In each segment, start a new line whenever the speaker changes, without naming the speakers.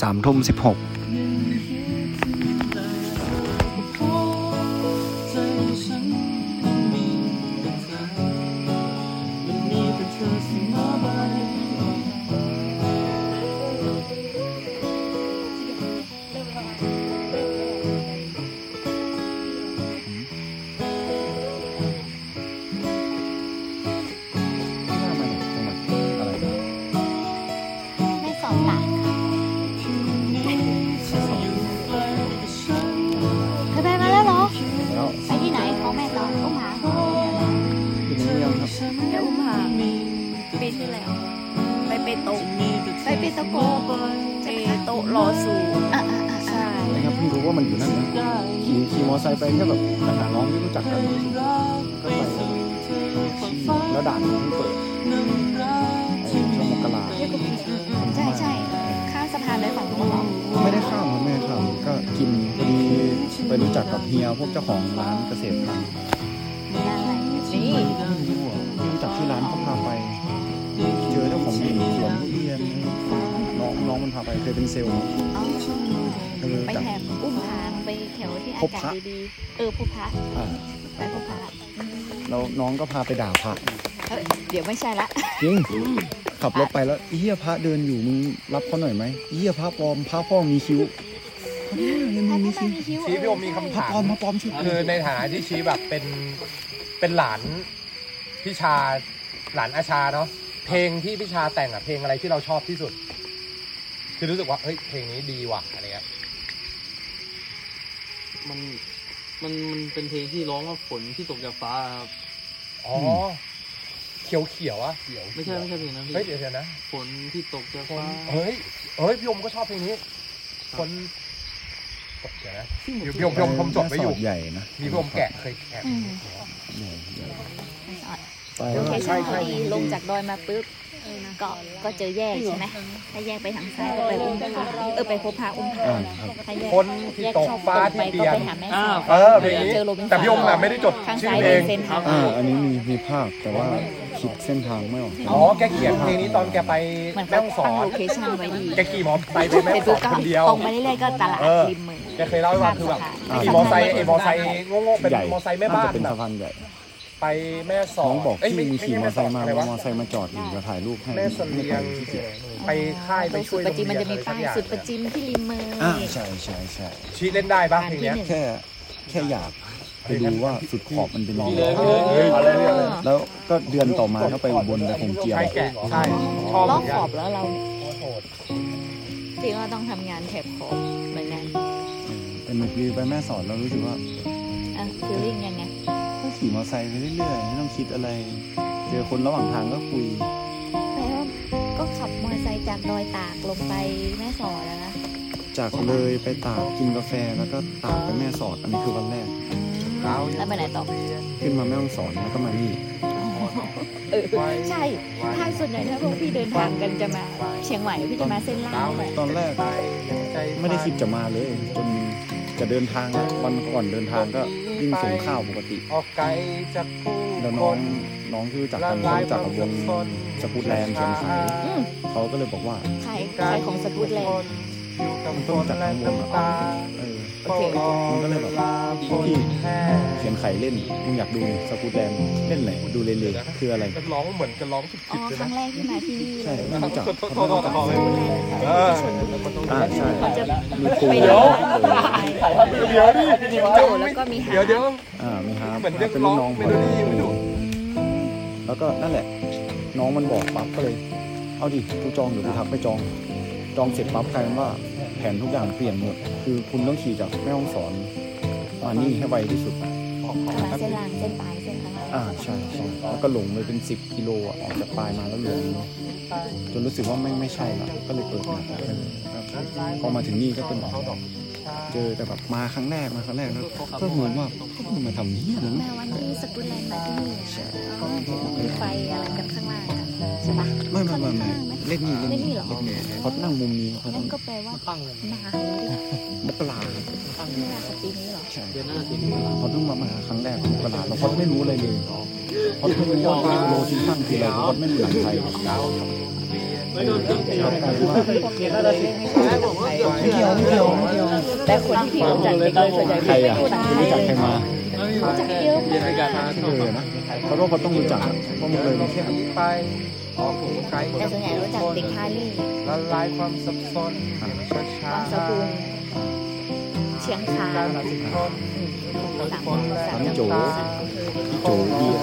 สามทุ่มสิบหก
ไม่สอนหลานค่ะเธอไปมาแล้วเหรอ
แล้ว
ไปที่ไหนเขาแม่ตอนอุ้มหาเหรอ
เป็นเรื่องครับ
เดี๋ยวอุ้มหาปีที่แล้ว ไปเปโตะ
ไปเปตะโก
เปโตะรอสู
อ่ะอ่ะอ่ะ
ใช่
นะครับเพิ่งรู้ว่ามันอยู่นั่นนะขี่ขี่มอเตอร์ไซค์ไปแค่แบบไปหาน้องที่รู้จักกันก็ไปขี่แล้วด่านเพิ่งเปิดไอ้ช่วงมกรา
ใช่ใช่ข้ามสะพานเลยฝั่งนู้นเหรอ
ไม่ได้ข้ามครับไม่ได้ข้ามก็กินพอดีไปรู้จักกับเฮียพวกเจ้าของร้านเกษตรพันธุ์
ร้านอะไรนี่
ที่รู้อะที่รู้จักที่ร้านเขาพาไป เจอเจ้าของสวนทุเรียนน้องน้องมันพาไปเคยเป็นเซลล์
อ๋อ
ก็เลย
ไป
รู้จัก
แถบอุ้มหางไปแถวที่อา
พบ
กาศ
พระ
ดีๆเออภูพระ
อ่า
ไปภูพระ
แล้วน้องก็พาไปด่าพระ
เอ้ยเดี๋ยวไม่ใช่ละ
จริงขับรถไปแล้วเฮียพระเดินอยู่มึงรับเขาหน่อยไหมเฮียพระปลอมพระพ่อมีคิ้ว
ถ้าไม่มีคิ้ว
ชี้พี่อมมีคำ
พระ
ถาม
ปลอมพระปลอมชื่อ
คือในฐานะที่ชี้แบบเป็นเป็นหลานพี่ชาหลานอาชาเนาะเพลงที่พี่ชาแต่งอะเพลงอะไรที่เราชอบที่สุด คือรู้สึกว่าเฮ้ยเพลงนี้ดีว่ะอะไรเงี้ย
มันมันมันเป็นเพลงที่ร้องว่าฝนที่ตกจากฟ้าครับ
อ๋อเขียวเขียวๆอะเขียวๆ
ไม่ใช่ไม่ใช่เพลงนั้นพี่
เฮ้ยเดี๋ยวเดี๋ยวนะ
ฝนที่ตกจาก
คน
ฟ้า
เฮ้ยเฮ้ยพี่อมก็ชอบเพลงนี้ คนเดี๋ยวนะ
ซึ่งผม
เดี๋ยว มผมจดไว้อยู่
หน้าสใหญ่นะ
มีพี่อมแกะเคยแกะ
อืม
ใหญ่ใหญ่ไป
โอเค
ใช่
ใช่
ใช่
พอดีลงจากดอยมาปุ๊บก็ก็เจอแยกใช่ไหมถ้าแยกไปทางซ้ายก็ไปอุ้มพระเออไปภูพระอุ้มพระ
อ่าครับ
ถ้าแยก
คนที่
แยก
ตก
ช่อง
ฟ้า
ตรงไป
ที่เป
ก็
ลี่ย
ไป
น
หาแม่
อ่า
สาว
เออเพลงนี้
เจอโรบินสัน
แต่พี่อมน่ะไม่ได้จด
ข้าง
ชื่
ซ้า
อย เพล
เป็นเซ
ง
นครับ
อ่าอันนี้มีมีภาพแต่ว่าคิดเส้นทางไม่ออก
อ๋อ แกเขียนเพลงนี้ตอนแกไป
เหมือน
แม่
เขา
ฮ่องสอ
ตั้ง
น
โลเคชั่นไว้ดี
แกขี่มอเตอร์ไซค์ไปแม่
เสร็
ฮ่อ
จ
งส
ปุ๊ก็
อบ นคนเดียว
ตรงไปเรื่อยๆก็ตลาด
เออ
ริมเมือง
แกเคยเล่าให้ฟังคือแบบ
ข้า
ขี่
สะ
มอ
พาน
ไซค์ไอ้มอไซค์โง่ๆเป็น
ใหญ่
มอไซค์แม่บ้าน
จะเป็น
แบ
สะ
บ
พานใหญ่
ไปแม่สอ
น้อง
น
บอก
เย
ที่มีขี่มอเตอร์ไซค์มา
แ
มอเตอร์ไซค์มาจอดอยู่จะถ่ายรูปให้
แม่สเลียง
ขี้เกียจ
ไปค่ายไป
ตรง
ช่
สุ
วย
ดป
โร
ระ
ง
จิม
เรีย
มันจะมี
อ
ป้าย
ไรสักอง
สุดประจิมที่ริมเมือง
อ่าใช่ใช่ใช่
ชี้เล่นได้ป่ะ
ร้าน
เพ
ที่
ลงเนี้ย
หนึ่ง
แค่แค่อยากไปดูว่าสุดขอบมันเป็นยังไง
เออ
แล้วก็เดือนต่อมาก็ไปอุบลไปผมเจียว
ใช่แกะใช่ชอบเห
ล้
มื
อบขอ
อนกัน
บแล้วเราเนี่ย
โอ้โห
จริงว่าต้องทำงานแถบขอบเหมือนกัน
เป็นมุกรีไปแม่สอนเรารู้สึกว่า
อ่ะฟีลลิ่งยังไง
ก็ขี่มอเตอร์ไซค์ไปเรื่อยๆไม่ต้องคิดอะไร เจอคนระหว่างทางก็คุย
แปลว่าก็ขับมอเตอร์ไซค์จากดอยตากลงไปแม่สอดแล้วนะ
จากเลยไปตากกินกาแฟแล้วก็ตากไปแม่สอดอันนี้คือวันแรก
แล้วไปไหนต่อ
ขึ้นมาแม่ต้องสอนแล้วก็มานี่
เออใช่ถ้าส่วนใหญ่ถ้าพวกพี่เดินทางกันจะมา เชียงใหม่พี่จะมาเส้นล่างไป
ตอนแรกไม่ได้คิดจะมาเลย จนจะเดินทางแล้ววันก่อนเดินทางก็วิ่งส่งข้าวปกติ
ออกไกลจากผู้
แล้ว
ค
น้อง
น
น้องที่รู้จัก
ละ
กัน
ลา
เขารู้
ย
จักกับวงสกูตแลนด์เชียงใส
อืม
เขาก็เลยบอกว่า
ใครใครของสกูตแลนด์
อยู่กับ
มัน
ค
ต้อง
น
จัด
และ
ทั้งวงอะ
น้ำตา
เออ
โอเค
มันก็เลยแบบ
พี่
เขียนไข่เล่นมึงอยากดูสกูตแลนด์เล่นไหนดูเลยเลยคืออะไร
มันร้องเหมือนกันร้องผิด
อ๋อ
ๆเลย
ครั้
นะ
งแรกที่มาที่นี่เล
ใช่
ย
ไม่รู้จัก
โทษโทษโทษขอเลยเออ
อ่าใช่
เขาจะ
มีครู
ไป
เย
เดิ
อะ
น
เดี๋ยวดิ
โจแล้วก็มีหา
เดี๋ยวเดี๋ยว
อ่ามีฮาร์ป
เหมือนเรียก
เป็น
ร้
ลู
อก ง
น้องผ
เม
ม
โลดี้ไม่ถูก
แล้วก็นั่นแหละ น้องมันบอกปั๊บก็เลย เอาดิกูจองเดี๋ยวกูทักไปจอง จองเสร็จปั๊บกลายเป็นว่าแผนทุกอย่างเปลี่ยนหมด คือคุณต้องขี่จากแม่ห้องสอนมานี่ให้ไวที่สุด
มาเส้นล่างเส้นปลายเส้นข้างล่าง
อ่าใช่ใช่แล้วก็หลงไปเป็น 10กิโลอ่ะออกจากปลายมาแล้วหลงจนรู้สึกว่าไม่ไม่ใช่ละก็เลยเปิดหนักเลยพอมาถึงนี่ก็เป็นแบบเจอแต่แบบมาครั้งแรกมาครั้งแรกแล้วก็งงว่าพวกมึงมาทำนี้ยอะไรวะ
แม้วันที่สกูตแลนด์มาที่นี่นะก็มีไฟอะไรกันข้างล่างกันใช่ปะ
ไม่ไม่ไม่ไม่
ข้างล่างไหม
เล่นนี่
ไม่
เล่น
มี
นี่
เหรอ
เขานั่งมุมนี้เขา
นั่
นั่
น
ง
ก็แปลว่า
ตั้งเลย
หนาว
ม
ดิ
กรา
หนาวของปีนี้เหรอ
ใช่
เดือนหน้าถึง
เขาต้องมามาครั้งแรกมกราแล้วเขาไม่รู้อะไรเลยเขาไม่รู้ว่าโลซีซั่นคืออะไรเขาไม่รู้หลังไทย ไม่เกี่ยวไม่เกี่ยวไม่เกี่ยว
แต่คนที่พี่รู้จักเด็กเลยส่วนใหญ่
ใคร
ไม่
อ่ะ
รู้จักใคร
รู้จักใคร
เลย
มา
รู้จักเดียวเรียนรายการมา
เออนะเพราะว่าเขาต้องรู้จักอะเพราะมันเลย
ไปออกหูไกล
แต่ส่วนใหญ่รู้จักเด็กฮารี่
ละลายความซับซ้อนช้า
วังสะพุงเชียงคานสามคนสามจังหวัด
พี่โจพี่อะ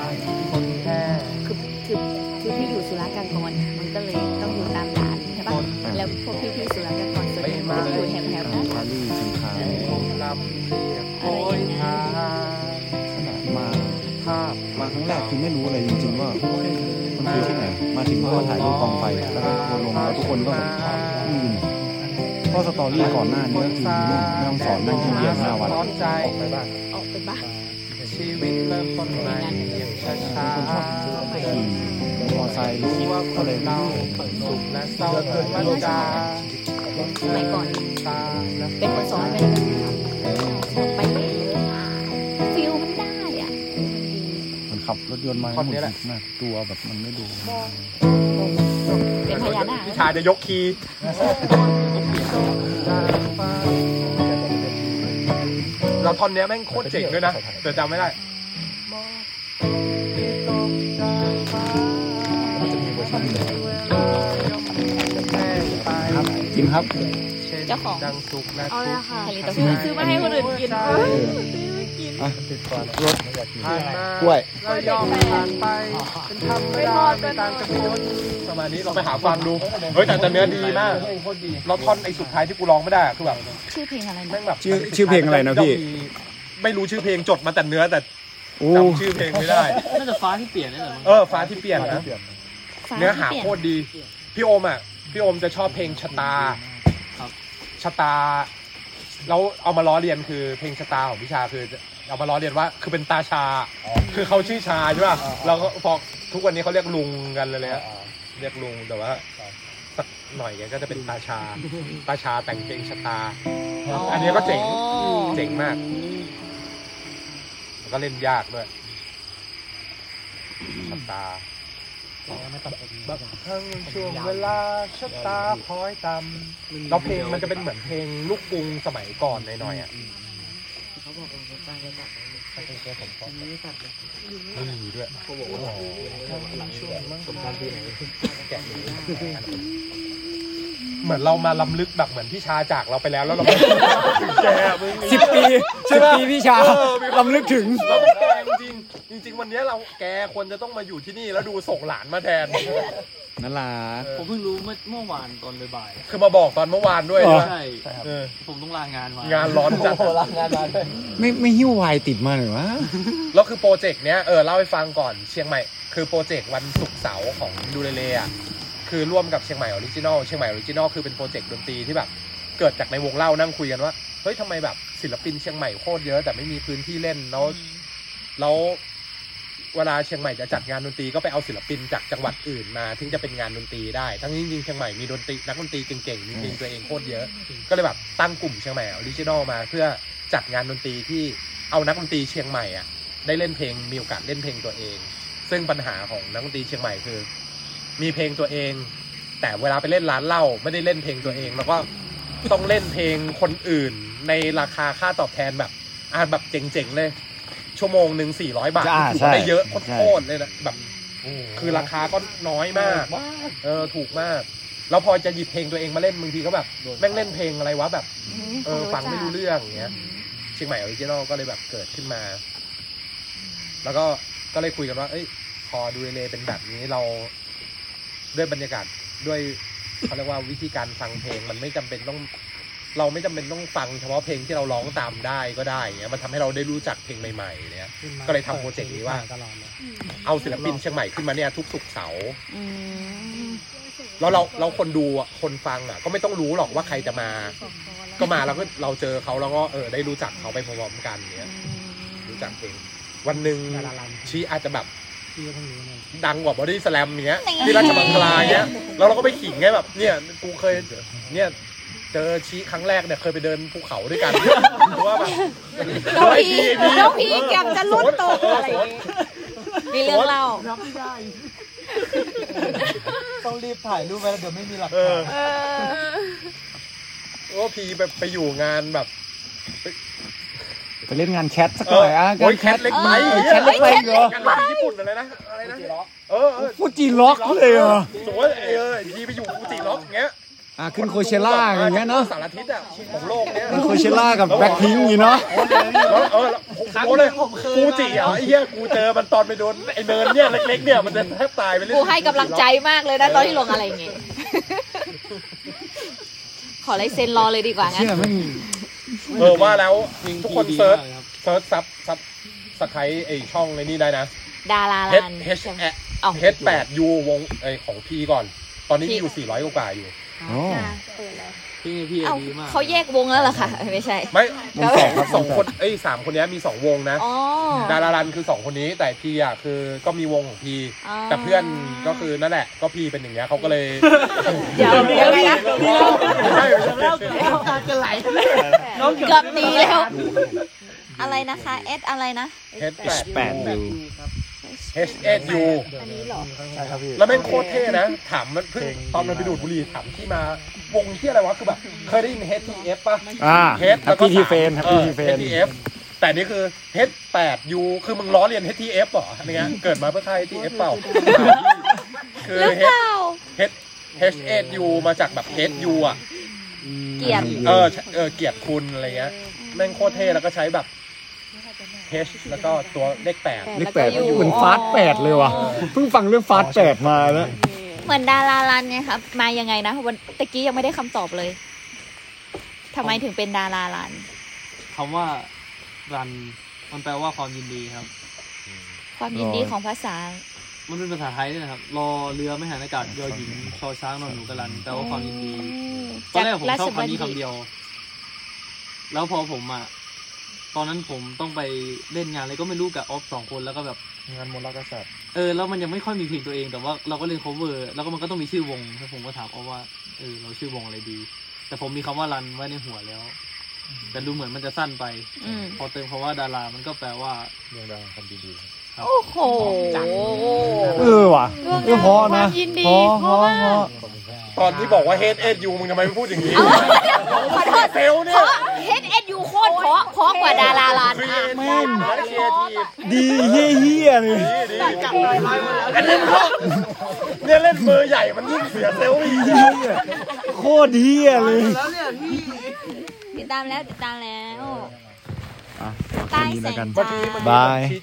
ไร
คนแค่
คือคือคือพี่อยู่สุรากากรมันก็เลยต้องอยู่ตามด่านใช่ปะแล้วพวกพี่ๆสุรากากรส่วนใหญ่มันจะอยู่แถวๆนั้น
คารี่ชิงคา
ลำเรียบ
อะไรอย่างเงี้ย
ขนาดมา
ภาพ
มาครั้งแรกคือไม่รู้อะไรจริงๆว่ามันคือที่ไหน มาถึงก็ถ่ายรูปกองไฟแล้วก็โพสต์ลงแล้วทุกคนก็แบบอืมเพราะสตอรี่ก่อนหน้านี้ก็คือนู่นแม่ต้องสอนนั่งที่เรียนหน้าวัด
ร้อนใจไปบ้าง
ออกไปบ้าง
ชีวิตเริ่มต้นใหม่อย่างช้า
ขี่มอไซค์
ๆรู้
คิด
ว่าค
ก็
น
เลย
เราสุขและเศร้าเกิดมันจา
สมัยก่อน
ตาและ
เป็นคนสอนเป็นคนขับชอบไปเรื่อยๆฟิลมันได้อ่ะ
มันขับรถยนต์มาทั้งหมดหน้าตัวแบบมันไม่ดู
เป็นพญานาค
พี่ชายจะยกคีย์เราท่อนเนี้ยแม่งโคตรเจ๋งด้วยนะ แต่จำไม่ได้
จริงครับ
เจ้าของ
ดังสุขและ
เอาเลยค่ะ
ผลิต
ซื้อ
ภัณฑ์
ซื้อมาให้คนอื่นกินเออ
อ่ะรถ
ผ่านมาก
ล้วย
ก็ยอมผ่านไป เป็นธรรมดาไม่ต่างจากคนประมาณนี้เราไปหาฟังดู เฮ้ยแต่แต่เนื้อดีมาก เราท่อนไอ้สุดท้ายที่กูร้องไม่ได้อะคือแบบ
ชื่อเพลงอะไรนะ
แม่งแบบ
ชื่อชื่อเพลงอะไรนะพี่
ไม่รู้ชื่อเพลงจดมาแต่เนื้อแต่
โอ้
จำชื่อเพลงไม่ได้
น่าจะฟ้าที่เปลี่ยนนี่แหละมั้ง
เออฟ้าที่เปลี่ยนนะ เนื้อหาโคตรดี พี่โอมอ่ะ พี่โอมจะชอบเพลงชะตา
ครับ
ชะตา แล้วเอามาล้อเลียนคือเพลงชะตาของพี่ชาคือ เอามาล้อเลียนว่าคือเป็นตาชา คือเขาชื่อชาใช่ป่ะเราก็พอทุกวันนี้เขาเรียกลุงกันเลยเลยอะเรียกลุงแต่ว่าสักหน่อยแกก็จะเป็นตา ชา ตาชาแต่งเพลงชะตา อันนี้ก็เจ๋ง
อ๋อ
เจ๋งมากแล้วก็เล่นยากด้วยชะตา บางครั้งช่วงเวลาชะตาคอยตำแล้วเพลงมันจะเป็นเหมือนเพลงลูกกรุงสมัยก่อนหน่อยๆอ่ะไม่มีด้วยเขาบอกว่าหลังช่วงมั้งสมการปีไหนแกะดูเหมือนเรามาล้ำลึกแบบเหมือนพี่ชาจากเราไปแล้ว แล้วเราไม่ถึงแกมึงนี่
สิบปี
ใช่
สิบ
ปะ
ปีพี่ชา
เออมีความ
ลำลึกถึง
เราต้องแกจริงๆจริง ๆ วันเนี้ยเราแกควรจะต้องมาอยู่ที่นี่แล้วดูส่งหลานมาแทน
นั่นล่ะ
ผมเพิ่งรู้เมื่อเมื่อวานตอนบ่ายๆอะ
คือมาบอกตอนเมื่อวานด้วย
อ๋อ
นะ
ใช่
เออ
ผมต้องลางานมาง
งานร้อนจัด
ไม่ไม่หิ้ววายติดมาหน่อยวะ
แล้วคือโปรเจกต์เนี้ยเออเล่าให้ฟังก่อนเชียงใหม่ คือโปรเจกต์วันศุกร์เสาร์ของดูเรเล่อะคือร่วมกับเชียงใหม่ออริจินอลเชียงใหม่ออริจินอลคือเป็นโปรเจกต์ดนตรีที่แบบ เกิดจากในวงเล่านั่งคุยกันว่าเฮ้ยทำไมแบบศิลปินเชียงใหม่โคตรเยอะแต่ไม่มีพื้นที่เล่นแล้วแล้วเวลาเชียงใหม่จะจัดงานดนตรีก็ไปเอาศิลปินจากจังหวัดอื่นมาถึงจะเป็นงานดนตรีได้ทั้งนี้จริงๆเชียงใหม่มีดนตรีนักดนตรีเก่งๆจริงๆตัวเองโคตรเยอะ ก็เลยแบบตั้งกลุ่มเชียงใหม่ออริจินอลมาเพื่อจัดงานดนตรีที่เอานักดนตรีเชียงใหม่อะ ได้เล่นเพลงมีโอกาสเล่นเพลงตัวเอง ซึ่งปัญหาของนักดนตรีเชียงใหม่คือ มีเพลงตัวเอง แต่เวลาไปเล่นร้านเหล้าไม่ได้เล่นเพลงตัวเอง แล้วก็ต้องเล่นเพลงคนอื่น ในราคาค่าตอบแทนแบบอ่าแบบเจ๋งๆเลย ชั่วโมงหนึ่งสี่ร้อยบาท
จ้าใช่
ได้เยอะโ
ใช่
คตรๆเลยนะแบบคือราคาก็น้อยมากเออถูกมาก แล้วพอจะหยิบเพลงตัวเองมาเล่นบางทีก็แบบแม่งเล่นเพลงอะไรวะแบบ เออฟังไม่รู้เรื่องอย่างเงี้ย เชียงใหม่ออริจินอลก็เลยแบบเกิดขึ้นมา แล้วก็ก็เลยคุยกันว่า เอ้ย พอดูเลเป็นแบบนี้เราด้วยบรรยากาศด้วยเขาเรียกว่าวิธีการฟังเพลงมันไม่จำเป็นต้อง เราไม่จำเป็นต้องฟังเฉพาะเพลงที่เราร้องตามได้ก็ได้อย่างเงี้ยมันทำให้เราได้รู้จักเพลงใหม่ๆเนี่ยก็เลยทำโปรเจกต์นี้ว่า เอาศิลปินเชียงใหม่ขึ้นมาเนี่ยทุกสุกร์เสาร์
อืม
แล้วเราเราคนดูอ่ะคนฟังอ่ะ ก็ไม่ต้องรู้หรอกว่าใครจะมา ก็มาแล้วก็เราเจอเขาแล้วก็เออได้รู้จักเขาไปพร้อมๆกันเนี้ยรู้จักเพลงวันหนึ่งชีอาจจะแบบดังกว่าบอดี้สแลมเนี้ยที่ราชมังคลาเนี้ยแล้วเราก็ไปขิงไงแบบ เนี่ยกูเคยเนี่ยเจอชีครั้งแรกเนี่ยเคยไปเดินภูเขาด้วยกันเพราะว่าแบบ
น้องพีน้องพีแกมจะลุ้นตกอะไรอย่างงี้ มีเรื่องเล่า
รับไม่ได้
ต้องรีบถ่ายรูปไว้แล้วเดี๋ยวไม่มีหลัก
เอ
ฐา
อ
น
เออ
ว่าพีแบบไปอยู่งานแบบ
ไปเล่นงานแคทสักหน่อยอ่ะ
โอ้ยแคทเล็กไป
เออแคทเล็กไปเหรอง
านแบบญี่ปุ่นอะไรนะอะไรนะเออเออ
ฟูจิล็อกเลยเหรอ
สมมติว่าเออพีไปอยู่ฟูจิล็อกเงี้ย
อ่ะขึ้นโคเชล่าอย่างเงี้ยเนาะ
สารทิศอ่ะของโลกเนี้ย
มันโคเชล่ากับแบ็คพิงค์อย่างเนาะ
แล้วเออแล้วผมโอ้เลยฟูจิอ่ะไอ้เหี้ยกูเจอมันตอนไปโดนไอ้เนินเนี่ยเล็กๆเนี่ยมันจะแทบตายไปเลย
กูให้กำลังใจมากเลยนะตอนที่ลงอะไรอย่างเงี้ย ขอลายเซ็นรอเลยดีกว่างั้น
เชื่อไม่มี
เออว่าแล้ว
เพลง
ทุกคน
ดี
เซิร์ช
มากค
เซิ
รับ
ร์ชซับซับสไครไอช่องในนี่ได้นะ
ดารา
H
ลาน
H
ใช่ไหม
H
อ๋อ
H แปดยูวงไอยของพีก่อน ตอนนี้มีอยู่สี่ร้อยกว่าอยู่
อ๋อ
เพลงพี่อะ
เอ้า
ดีมาก
เขาแยกวงแล้วเหรอคะเอ้ยไม่ใช่
ไม่
วงสองครับ
สอ
วงสอ
ง
ง
คนไอยสามคนเนี้ยมีสองวงนะ
อ๋อ
ดารารันคือสองคนนี้แต่พีอ่ะคือก็มีวงของพีแต่เพื่อนก็คือนั่นแหละ ก็พีเป็นอย่างเงี้ยเขาก็เลย
เดี๋ยวเดี๋ยวนะ
ไม่ใช่ไม่ใช่ไม่ใช่
เกือบดีแล้ว อะไรนะคะ S อะไรนะ
H แปด
H8 ดู
H H U
อันนี้เหรอ
แล้วแม่งโคตรเท่นะ ถามมันเพิ่งตอนมันไปดูดบุหรี่ถามที่มาวงที่อะไรวะ คือแบบ เคยได้ยิน H T F ป่ะ
อ่า
H
แฮปปี้ทีเฟนแฮปปี้ทีเฟน
H T F แต่นี่คือ H 8 U คือมึงล้อเรียน H T F เหรออะไรเงี้ยเกิดมาเพื่อค่าย H T F เปล่า คือ
หรือ
H
เปล่า
H H H U มาจากแบบ H U อ่ะ
เกลียด
เออเออเกียรติคุณอะไรเงี้ยแม่งโคตรเท่แล้วก็ใช้แบบ H แล้วก็ตัวเลขแปด
เลขแปด
แล้วก็อยู่
เหมือนฟาสแปดเลยว่ะ เพิ่งฟังเรื่องฟาสแปดมาแล้ว
เหมือนดาราลันไงครับ มายังไงนะวันตะกี้ยังไม่ได้คำตอบเลยทำไมถึงเป็นดาราลัน
คำว่า รัน มันแปลว่าความยินดีครับ
ความยินดีของภาษา
มันเป็นภาษาไทยด้วยนะครับ รอเรือไม่หันอากาศยอหญิงชอช้างนอนหนูกระลัน แปลว่าความยินดี ตอนแรกผมชอบคำนี้คำเดียว แล้วพอผมอ่ะ ตอนนั้นผมต้องไปเล่นงานอะไรก็ไม่รู้กับออฟสองคนแล้วก็แบบ
งานมลกษัตริย์
เออแล้วมันยังไม่ค่อยมีเพลงตัวเอง แต่ว่าเราก็เล่น cover แล้วก็มันก็ต้องมีชื่อวงแล้วผมก็ถามเขาว่าเออเราชื่อวงอะไรดี แต่ผมมีคำว่ารันไว้ในหัวแล้ว แต่ดูเหมือนมันจะสั้นไป
อืม
พอเติมคำว่าดารา มันก็แปลว่า
เรื่องราวของความดีๆ
โอ้โห
เออว่ะเออเพอนะ
ความยินดี
เพอเพ
เพราะ
อ
ว่า
เพอ
ตอนที่บอกว่า H H U มึงทำไมไม่พูดอย่างนี้
ขอโทษ
เซลลเนี่ย
เฮดเอ็ดยูโคตรเพราะเพราะกว่าดาราลัน
ครี
อ่ะ
เอ
แม่
ทีฟ
ง
และครีเอทีฟ
ดีเฮี้ยเฮี้ยๆเลย
ดีกลับมาลอยมาแล้วอันนี้เขาเนี่ยเล่นเบอร์ใหญ่มันยิ่งเสียเซลล์อีก
เหี้ยโคตรเฮี้ยเลย
ติดตามแล้วติดตามแล้ว
อ่ะ
ใต้
แค่นี้
แส
แล้วกั
ง
น
จันทร์
บาย
ชี้จะ